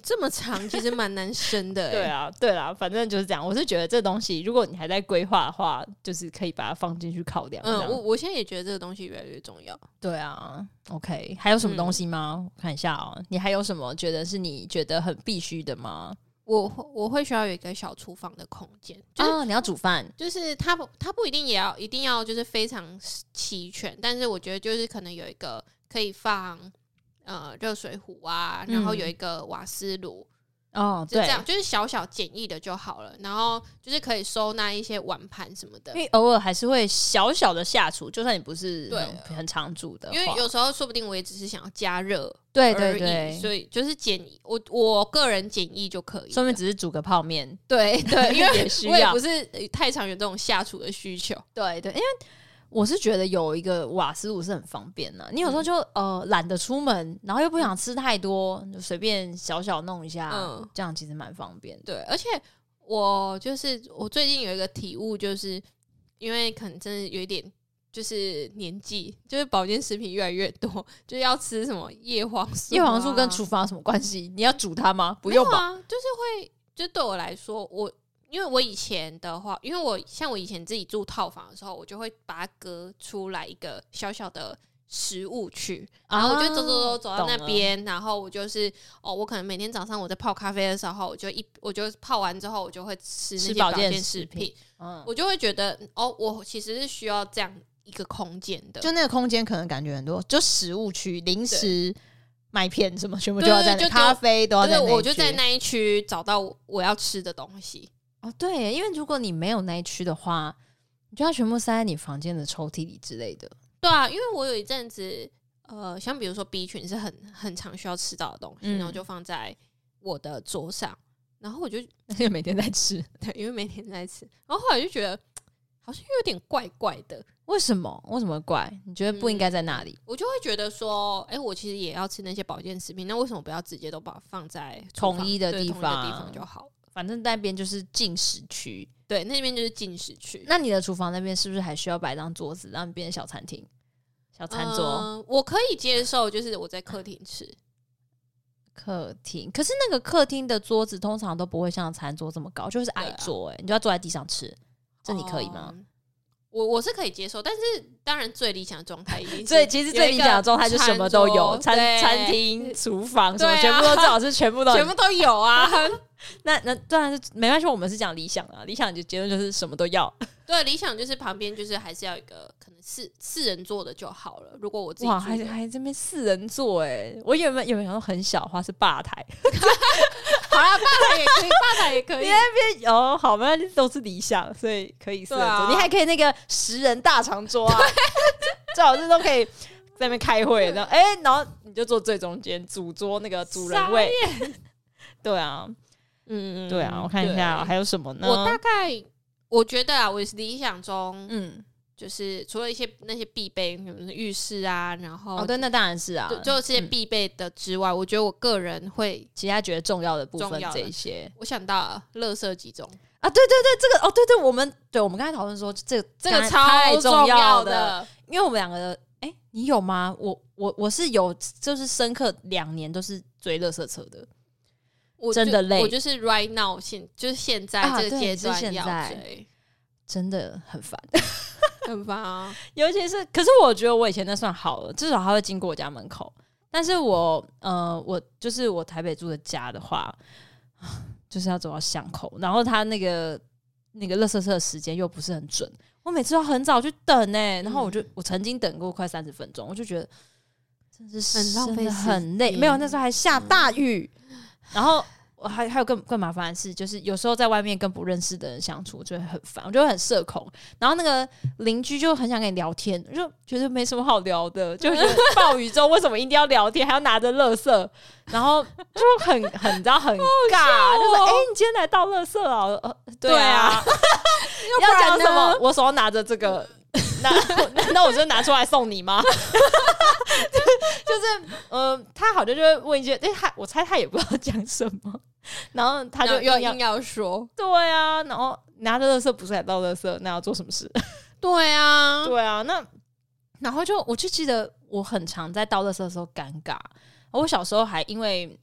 这么长其实蛮难生
<laughs>
的、欸，
对啊，对啦，反正就是这样。我是觉得这东西，如果你还在规划的话，就是可以把它放进去考量。
嗯，
嗯，
我我现在也觉得这个东西越来越重要。
对啊，OK。还有什么
嗯
东西吗？我看一下哦、你还有什么觉得是你觉得很必须的吗？
我我会需要有一个小厨房的空间，就是、
哦，你要煮饭，
就是它不它不一定也要一定要就是非常齐全，但是我觉得就是可能有一个可以放呃热水壶啊，然后
嗯
有一个瓦斯炉，
哦，
就
对
这，样，就是小小简易的就好了。然后就是可以收纳一些碗盘什么的
因，为偶尔还是会小小的下厨，就算你不是
对
很很常煮的话，
因为有时候说不定我也只是想要加热
对对
而已，
对，
所以就是简易，我我个人简易就可以了。
说明只是煮个泡面，
对对，因
也 <laughs>
为
需
我也
要
不是呃太常有这种下厨的需求。
对对，因为我是觉得有一个瓦斯炉是很方便的、你有时
嗯
候就、呃懒得出门，然后又不想吃太多，就随便小小弄一下，
嗯
这样其实蛮方便的。
对，而且我就是我最近有一个体悟，就是因为可能真的有一点。就是年纪，就是保健食品越来越多，就是要吃什么叶黄素、
叶黄素跟厨房有什么关系？你要煮它吗？不
不
用吧？
啊，就是会，就对我来说，我因为我以前的话，因为我像我以前自己住套房的时候，我就会把它隔出来一个小小的食物区，啊
啊
然后我就走走走走到那边，然后我就是哦，我可能每天早上我在泡咖啡的时候，我就一我就泡完之后，我就会吃那
吃
些
保
保
健
健
食
食
品
品，
嗯，
我就会觉得哦，我其实是需要这样一个空间的，
就那个空间可能感觉很多，就食物区、零食、麦片什么全部都
对
要在
对
那，
就
咖啡都要
对，
在那一
我就在
区
那一区找到我我要吃的东西，
哦，对，因为如果你没有那一区的话，你就要全部塞在你房间的抽屉里之类的。
对啊，因为我有一阵子，呃，像比如说 B 群是很很常需要吃到的东西，
嗯
然后就放在我的桌上，然后我就 <laughs>
那就每天在吃，
对，因为每天在吃，然后后来就觉得好像有点怪怪的，
为什么？为什么怪？你觉得不应
嗯
该在那里？
我就会觉得说，哎、我其实也要吃那些保健食品，那为什么不要直接都把它放在厨
统
房
一的
对
地
统一的地
方
方就好了？
反正那边就是进食区。
对，那边就是进食区。
那你的厨房那边是不是还需要摆张桌子，让你变成小餐厅、小餐桌、
嗯我可以接受，就是我在客厅
<clears throat>
吃，
客厅？可是那个客厅的桌子通
啊
常都不会像餐桌这么高，就是矮桌、欸，哎、你就要坐在地上吃，这你可以吗？
嗯我我是可以接受，但是当然最理想的状
<laughs>
态一定是
最其实最理想的状态就什么都有，餐
对
餐
<laughs>
厅、厨房什么，
对啊
全部都最好是全部都有。
全部都
<laughs>
有啊。
那那当然是没关系，我们是讲理想啊，理想就结论就是什么都要。
对，理想就是旁边就是还是要一个可能四四人座的就好了。如果我自己
哇，
住
还
的
还这边四人座哎、我原本有没有想说很小的话是吧台， <laughs>
好啦，爸爸也可以，爸爸也
<laughs>
可以。
哦，好吧，都是理想，所以可以四人
对
桌，
啊
你还可以那个十人大长桌啊， <laughs> 最好是都可以在那边开会，然后哎、然后你就坐最中间主桌那个主人位，对啊，
嗯
对啊，我看一下还有什么呢？
我大概我觉得啊，我理想中
嗯，
就是除了一些那些必备，什么浴室啊，然后
哦对，那当然是啊，
就就这些必备的之外，我觉得我个人会，
其他觉得重要的部
重
分
要
这
的
一些
我想到乐色集中，
啊，对对对，这个哦，对对，我们对我们刚才讨论说这
这
这
个
太
超
重
要
的，，因为我们两个的，哎、你有吗？我我我是有，就是深刻两年都是追垃圾车的，
我
真的
就
累
我就是 right now 现就是现在
啊
这个
对
阶
是现
段要
在
追，
真的很烦。
很烦啊。
尤其是，可是我觉得我以前那算好了，至少他会经过我家门口。但是我呃，我就是我台北住的家的话， <sighs> 就是要走到巷口，然后他那个那个垃圾车的时间又不是很准，我每次都很早去等呢、欸然后我
嗯
就、我曾经等过快三十分钟，我就觉得真是
很浪费
真的
时
很累。
间
没有，那时候还下大
<laughs>
雨，然后我还还有更更麻烦的事，就是有时候在外面跟不认识的人相处，就会很烦，我就会很社恐。然后那个邻居就很想跟你聊天，我就觉得没什么好聊 <laughs> 的，就觉得暴雨中为什么一定要聊天，还要拿着垃圾，然后就很很你知道很尬，就是哎、诶你今天来倒垃圾啊？我呃，对 <laughs> 啊，要
然
讲什么
呢？
我手上拿着这个，那 <laughs> 难道我就拿出来送你吗？ <laughs> 就是呃，他好像就会问一些，哎、他我猜他也不知道讲什么，然后 <laughs> 他就
然后
又
又
要
硬要说，
对啊，然后拿着垃圾不是来倒垃圾，那要做什么事？
对啊，
对啊，那然后就我就记得我很常在倒垃圾的时候尴尬。我小时候还因为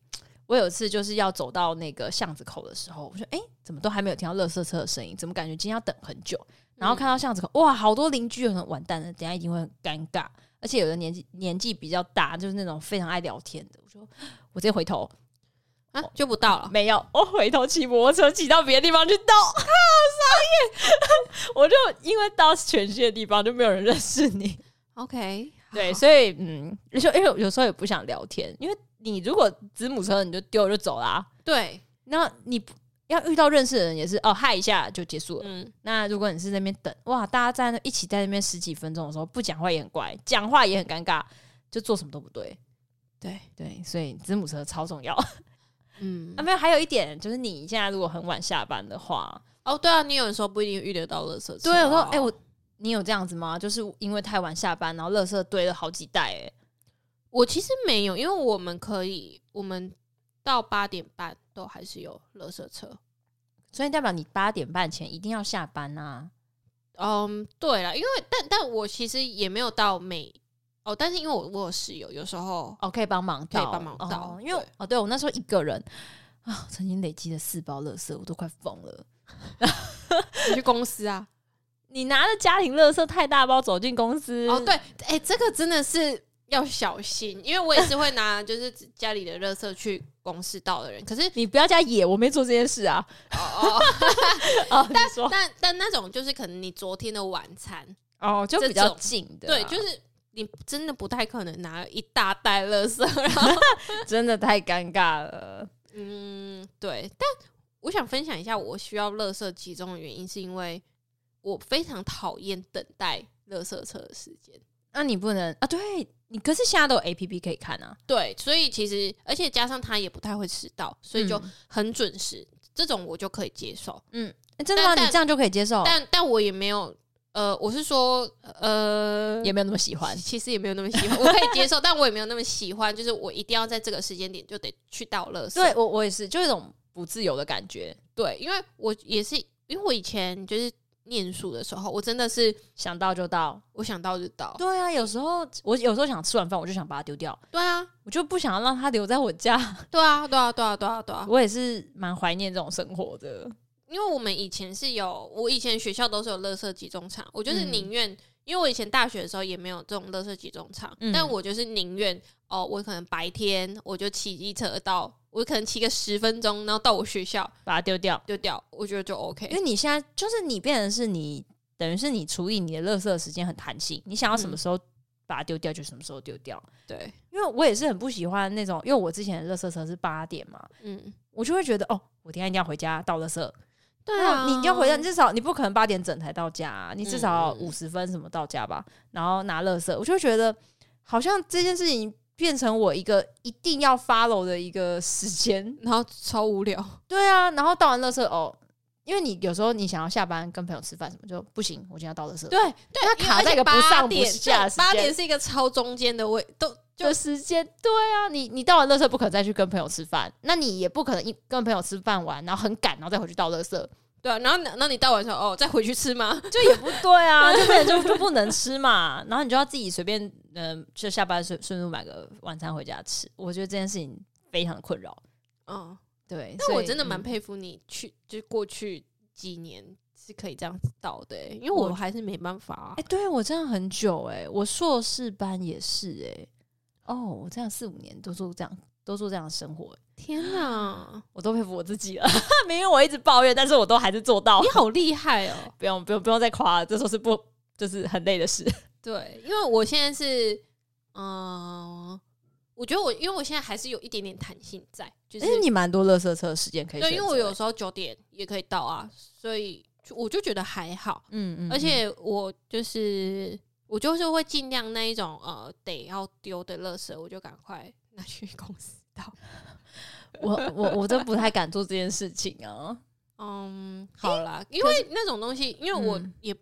我有一次就是要走到那个巷子口的时候，我说：“哎、怎么都还没有听到垃圾车的声音？怎么感觉今天要等很久？”然后看到巷子口，哇，好多邻居，可能完蛋了，等一下一定会很尴尬。而且有的年纪年纪比较大，就是那种非常爱聊天的。我说我直接回头，
啊就不到了，
没有，我回头骑摩托车骑到别的地方去倒， <laughs> 靠，傻眼！我就因为到全新的地方就没有人认识你，
OK，
对，
好
所以嗯，就因为有有时候也不想聊天，因为你如果子母车你就丢了就走啦，
对，
那你不要遇到认识的人也是哦嗨一下就结束了。
嗯，
那如果你是在那边等，哇，大家在那一起在那边十几分钟的时候不讲话也很怪，讲话也很尴尬，就做什么都不对。
对，
对，所以子母车超重要
嗯
<laughs> 啊！，没有，还有一点就是你现在如果很晚下班的话，
哦，对啊，你有的时候不一定预留到垃圾车啊。
对，我说哎、我你有这样子吗？就是因为太晚下班，然后垃圾堆了好几袋、哎，
我其实没有，因为我们可以，我们到八点半都还是有垃圾车。
所以代表你八点半前一定要下班啊。
嗯，对了，因为但但我其实也没有到每哦，但是因为我我有室友，有时候
哦，可以帮忙
可
倒，
以帮忙倒
哦因为
对
哦，对我那时候一个人啊，曾经累积了四包垃圾，我都快疯了。
你去公
<laughs>
司啊，
你拿着家庭垃圾太大包走进公司，
哦，对，哎、这个真的是要小心，因为我也是会拿就是家里的垃圾去公司倒的人，可是
你不要加野，我没做这件事啊。
哦哦，
哦， <laughs> 你说
但但那种就是可能你昨天的晚餐，
哦，就
这
比较
种
近的啊、
对，就是你真的不太可能拿一大袋垃圾，然后
真的太尴尬了。
嗯，对，但我想分享一下我需要垃圾集中的原因，是因为我非常讨厌等待垃圾车的时间。
那你不能啊？对你，可是现在都有 A P P 可以看啊，
对，所以其实而且加上他也不太会迟到，所以就
嗯哦
很准时，这种我就可以接受。
诶欸真的吗？
但
你这样就可以接受，
但但我也没有，呃，我是说，呃，
也没有那么喜欢。
其实也没有那么喜欢，我可以接受，但我也没有那么喜欢，就是我一定要在这个时间点就得去倒垃圾。
对我，我也是，就有一种不自由的感觉，
对，因为我也是，因为我以前就是念书的时候，我真的是
想到就到。
我想到就到。
对啊，有时候我有时候想吃完饭，我就想把它丢掉。
对啊，
我就不想要让它留在我家。哦 <laughs>
对啊，对啊，对啊，对啊，对啊。
我也是蛮怀念这种生活的。
因为我们以前是有，我以前学校都是有垃圾集中场，我就是
嗯
宁愿，因为我以前大学的时候也没有这种垃圾集中场，
嗯
但我就是宁愿哦，我可能白天我就骑机车到，我可能骑个十分钟，然后到我学校
把它丢掉。
丢掉，我觉得就
因
OK。
为你现在就是你变成是你，等于是你处理你的垃圾的时间很弹性，你想要什么
嗯
时候把它丢掉就什么时候丢掉。
对，
因为我也是很不喜欢那种，因为我之前的垃圾车是八点嘛，
嗯，
我就会觉得哦，我等一下一定要回家倒垃圾。
对
那
啊，
你一定要回家，你至少你不可能八点整才到家、啊，你至少
嗯
五十分什么到家吧，然后拿垃圾，我就会觉得好像这件事情变成我一个一定要 follow 的一个时间。
然后超
<laughs>
无聊，
对啊，然后倒完垃圾哦。因为你有时候你想要下班跟朋友吃饭什么就不行，我今天要倒垃圾。
对对，
它
因为
卡
而
在一
且
个不
八
上不
点
下的时
八
间
点是一个超中间的位，都
就时间，对啊，你你倒完垃圾不可能再去跟朋友吃饭，那你也不可能一跟朋友吃饭完，然后很赶，然后再回去倒垃圾，
对啊。然后然后你到晚上哦，再回去吃吗？ <laughs>
就也不对 <laughs> 啊，就变成就就不能吃嘛，然后你就要自己随便，嗯、就下班顺顺路买个晚餐回家吃。我觉得这件事情非常的困扰，
嗯，
对，
但
所以
我真的蛮
嗯
佩服你去，就是过去几年是可以这样子到的、欸因为
我
我还是没办法、啊
哎、。对我真的很久哎、我硕士班也是哎、哦，我这样四五年都做这样都做这样的生活欸、
天哪，
我都佩服我自己了。 <laughs> 明明我一直抱怨，但是我都还是做到
你。好厉害哦！
不用不用不用再夸了，这都是不就是很累的事。
对，因为我现在是，嗯、我觉得我因为我现在还是有一点点弹性在，就是
但是哎你蛮多垃圾车的时间可以
对，因为我
选
有
择
时候九点也可以到啊，所以就我就觉得还好。
嗯嗯，
而且我就是我就是会尽量那一种呃得要丢的垃圾，我就赶快拿去公司倒。
嗯我我我都不太敢做这件事情啊。
嗯，好啦，因为那种东西，因为我
嗯
也、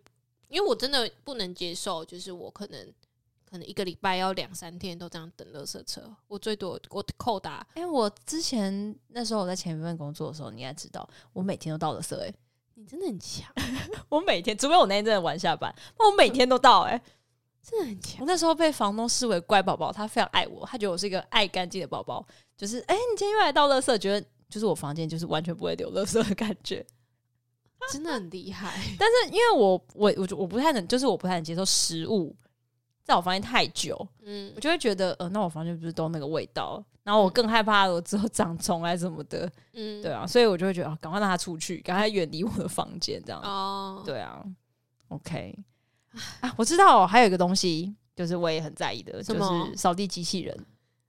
因为我真的不能接受，就是我可能可能一个礼拜要两三天都这样等垃圾车，我最多我扣打
哎、我之前那时候我在前一份工作的时候，你应该知道，我每天都到垃圾、欸。
你真的很强，
<laughs> 我每天，除非我那天真的晚下班，那我每天都到、欸。哎，
真的很强。
<laughs> 我那时候被房东视为乖宝宝，他非常爱我，他觉得我是一个爱干净的宝宝。就是，哎、你今天又来倒垃圾，觉得就是我房间就是完全不会留垃圾的感觉。
真的很厉害，
<laughs> 但是因为我我我就我不太能，就是我不太能接受食物在我房间太久，
嗯
我，就会觉得，呃，那我房间不是都那个味道？然后我更害怕我之后长虫啊什么的，
嗯
对，啊，所以我就会觉得，啊，赶快让它出去，赶快远离我的房间，这样，
哦，，
对啊，OK，啊，我知道、还有一个东西，就是我也很在意的，
什
就
么
是扫地机器人，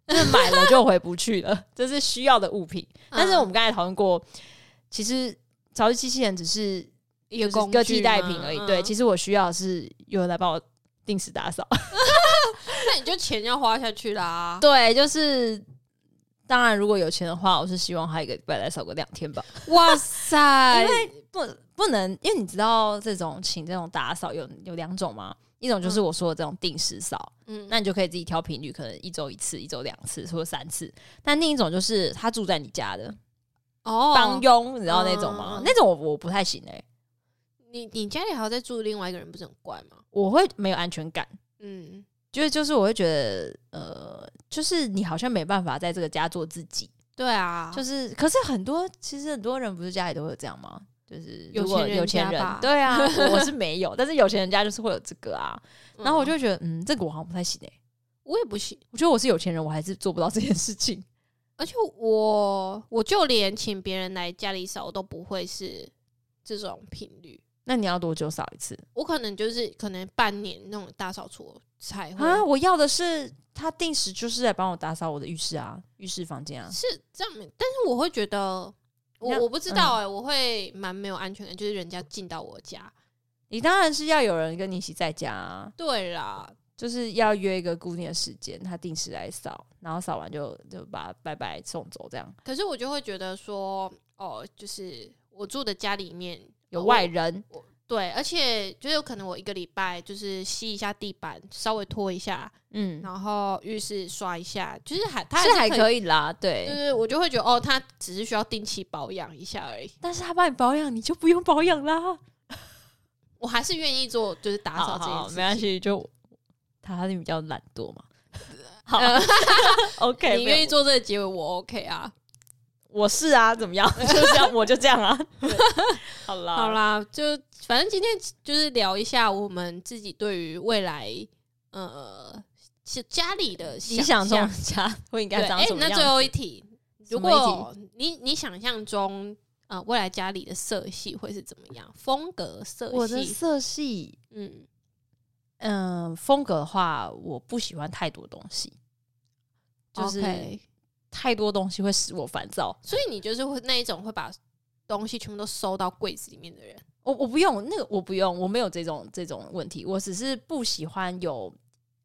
就是买了就回不去了，这是需要的物品。但是我们刚才讨论过，其实扫地机器人只是
一个
就是
工
个
具
替代
嘛
品而已，对，
嗯
其实我需要的是有人来帮我定时打扫。
嗯那你就钱要花下去啦。
<laughs> 对，就是当然，如果有钱的话，我是希望他一个礼拜来扫个两天吧。
哇塞，
因为不不能，因为你知道这种请这种打扫有有两种嘛，一种就是我说的这种定时扫，
嗯，
那你就可以自己挑频率，可能一周一次、一周两次或者三次。但另一种就是他住在你家的
哦，
帮佣，你知道那种
嗯
吗
嗯嗯？
那种我我不太行哎、
你你家里还要再住另外一个人，不是很怪吗？
我会没有安全感。
嗯，
就是就是，我会觉得，呃，就是你好像没办法在这个家做自己，
对啊，
就是，可是很多其实很多人不是家里都会有这样吗？就是
有
如果
钱人
有钱
家
人
吧，
对啊，我 <laughs> 我是没有，但是有钱人家就是会有这个啊。
嗯
然后我就觉得，嗯，这个我好像不太行诶、
我也不行。
我觉得我是有钱人，我还是做不到这件事情。
而且我我就连请别人来家里扫我都不会是这种频率，
那你要多久扫一次
我可能就是可能半年那种大扫除才会、
啊？我要的是他定时就是来帮我打扫我的浴室啊，浴室房间啊。
是这样，但是我会觉得
你
我
要嗯
我不知道哎、我会蛮没有安全感，就是人家进到我家，
你当然是要有人跟你一起在家、啊，
对啦，
就是要约一个固定的时间，他定时来扫，然后扫完就就把拜拜送走，这样
可是我就会觉得说哦，就是我住的家里面
有
哦
外人。
对，而且就是有可能我一个礼拜就是吸一下地板，稍微拖一下，
嗯，
然后浴室刷一下，就是还它
是还
可以
可以啦，对，
就是我就会觉得哦，他只是需要定期保养一下而已。
但是他帮你保养，你就不用保养啦。
我还是愿意做，就是打扫这件事情。
系，就他比较懒 <laughs> 惰嘛。好，OK，
你
没有
愿意做这个结尾，我 OK 啊。
我是啊，怎么样？ <laughs> 就是这样，我就这样啊。对好啦，
好，啦，就反正今天就是聊一下我们自己对于未来，呃，是家里的
理想哎
想
中
象
的家会应
对，
该长
诶
什么
那
样
最
子？
后一题，如
么一
果你你想象中呃未来家里的色系会是怎么样？风格色
我的
系，
色系，
嗯，
嗯、风格的话，我不喜欢太多东西，就是
OK
太多东西会使我烦躁。
所以你就是会那一种会把东西全部都收到柜子里面的人。
我我不用那个，我不用，我没有这种这种问题，我只是不喜欢有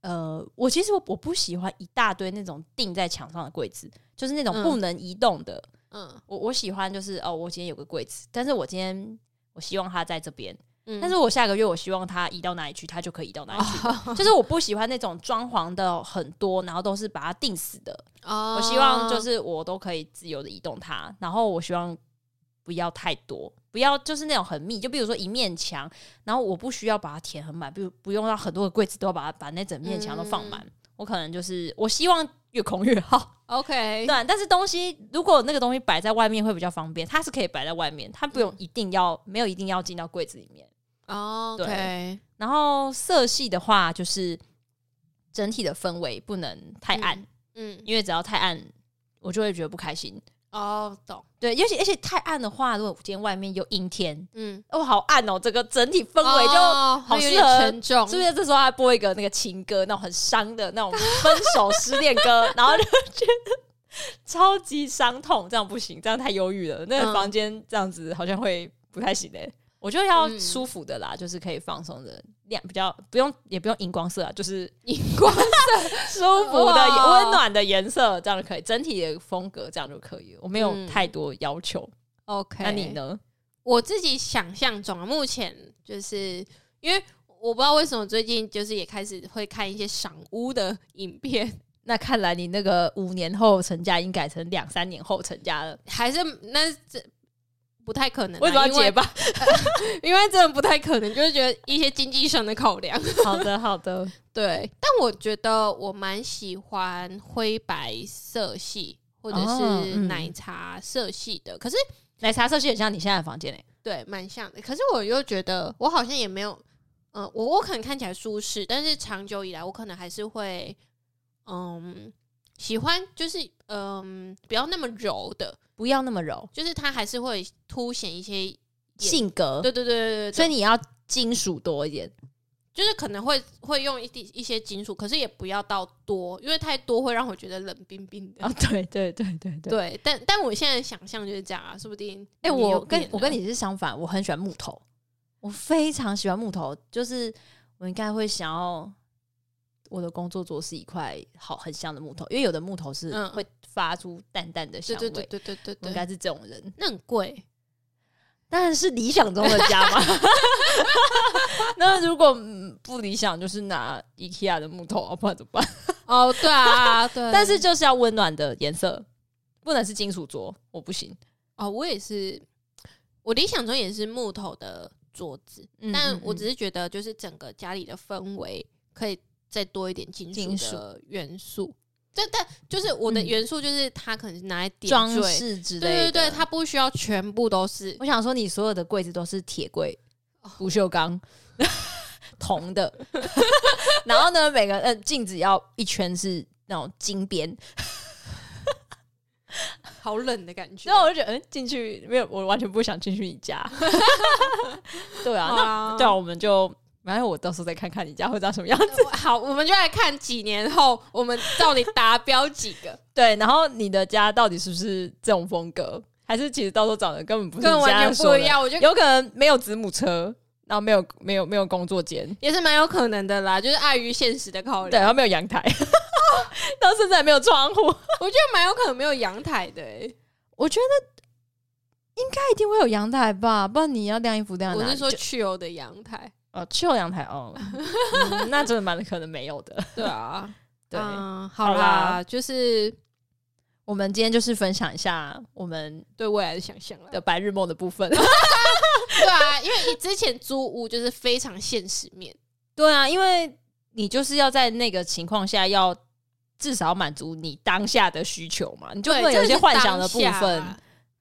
呃，我其实我我不喜欢一大堆那种钉在墙上的柜子，就是那种
嗯
不能移动的。
嗯
我我喜欢就是哦，我今天有个柜子，但是我今天我希望它在这边，
嗯，
但是我下个月我希望它移到哪里去，它就可以移到哪里去。
哦
就是我不喜欢那种装潢的很多，然后都是把它定死的。
哦
我希望就是我都可以自由的移动它，然后我希望不要太多，不要就是那种很密，就比如说一面墙，然后我不需要把它填很满，不不用让很多个柜子都要把它把那整面墙都放满。
嗯
我可能就是我希望越空越
<laughs>
好，
OK，
对啊。但是东西如果那个东西摆在外面会比较方便，它是可以摆在外面，它不
嗯
用一定要、没有一定要进到柜子里面。
哦 OK，
然后色系的话，就是整体的氛围不能太暗，
嗯，
因为只要太暗，我就会觉得不开心。
哦，懂，
对，而且而且太暗的话，如果今天外面有阴天，
嗯，
哦，好暗哦，整个整体氛围就。
哦
好
有
适
点
合
沉重，
是不是这时候还播一个那个情歌，那种很伤的那种分手失恋歌，
<laughs>
然后就觉得超级伤痛，这样不行，这样太忧郁了。那个
嗯
房间这样子好像会不太行诶、欸我就要
嗯
舒服的啦，就是可以放松的亮，比较不用也不用荧光色啊，就是
<laughs> 荧光？
<laughs> 舒服的、
哇
温暖的颜色，这样就可以，整体的风格这样就可以了。我没有
嗯
太多要求，
OK，
那你呢？
我自己想象中啊，目前就是因为我不知道为什么最近就是也开始会看一些赏屋的影片， <laughs>
那看来你那个五年后成家已经改成两三年后成家了，
还是那这不太可能、啊，
为什么要结
因为
<laughs> 巴？
因为真的不太可能，就是觉得一些经济上的考量。
好的，好的，
对，但我觉得我蛮喜欢灰白色系或者
哦
是
嗯
奶茶色系的，可是
<laughs> 奶茶色系很像你现在的房间欸诶、
对蛮像的。可是我又觉得我好像也没有，嗯、我我可能看起来舒适，但是长久以来我可能还是会，嗯，喜欢就是嗯不要那么柔的，
不要那么柔，
就是它还是会凸显一些，也
性格，
对对对对对
所以
对，
你要金属多一点，
就是可能会会用一点一些金属，可是也不要到多，因为太多会让我觉得冷冰冰的。
啊，对对对对对。
对，但但我现在的想象就是这样啊，说不定
哎、
你又
我跟
变
我跟
了
你是相反，我很喜欢木头，我非常喜欢木头，就是我应该会想要我的工作桌是一块好很香的木头，因为有的木头是
嗯
会发出淡淡的香
对
味，
对对对对对
我应
对，
该是这种人。
那很贵，
当然是理想中的家嘛。 <laughs> 那如果、嗯不理想，就是拿 IKEA 的木头啊，不然怎么办？
<laughs> 哦，对 <laughs> 啊，对，
但是就是要温暖的颜色，不能是金属桌，我不行。
哦，我也是，我理想中也是木头的桌子，
嗯
但
嗯
我
嗯
只是觉得就是整个家里的氛围可以再多一点金
金
属的元素。这但就是我的
嗯
元素，就是它可能是拿来点
装
缀，
饰之
对
类的。
对对，它不需要全部都是
我想说，你所有的柜子都是铁柜、不锈钢、 <laughs> 铜的， <laughs> 然后呢，每个呃镜子要一圈是那种金边，
<laughs> 好冷的感觉
然后我就觉得，嗯，进去没有，我完全不想进去你 <laughs> 家。对啊，那
<laughs> 啊
对啊，我们就。反正我到时候再看看你家会长什
<laughs>
么样子。
好，我们就来看几年后我们到底达标几个，
对，然后你的家到底是不是这种风格，还是其实到时候长得根 <laughs> 本不是
跟
你
完
家
全
说
不一
的？
样。我觉得
有可能没有子母车，然后没有没有没有工作间，
也是蛮有可能的啦，就是碍于现实的考
对，
量，
然后没有阳台， <laughs> 然后甚至还没有窗户。
我觉得蛮有可能没有阳台的、欸。
我觉得应该一定会有阳台吧，不然你要晾衣服晾
我
哪里？
是说
就
去油的阳台，
<laughs> 哦，去有阳台
<laughs>
哦、嗯那真的蛮可能没有的。
对啊，
<laughs> 对，
嗯，好
好
啦，
啦
就是
我们今天就是分享一下我们
对未来的想象了。
的白日梦的部分。
对啊，因为你之前租屋就是非
<laughs>
常现实面，
对啊，因为你就是要在那个情况下要至少满足你当下的需求嘛，你就
对
会有一
这
些
是
幻想的
当
部
下啊
分。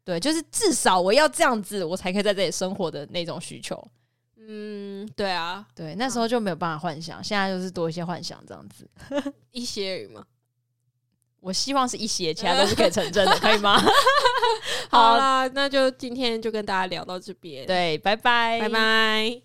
对，就是至少我要这样子，我才可以在这里生活的那种需求。
嗯，对啊，
对，那时候就没有办法幻想，现在就是多一些幻想这样子。
一些嘛。
我希望是一些，
嗯
其他都是可以成
<laughs>
真的，可以吗？ <laughs>
好
好
啦，那就今天就跟大家聊到这边，，
对，拜拜，
拜。拜。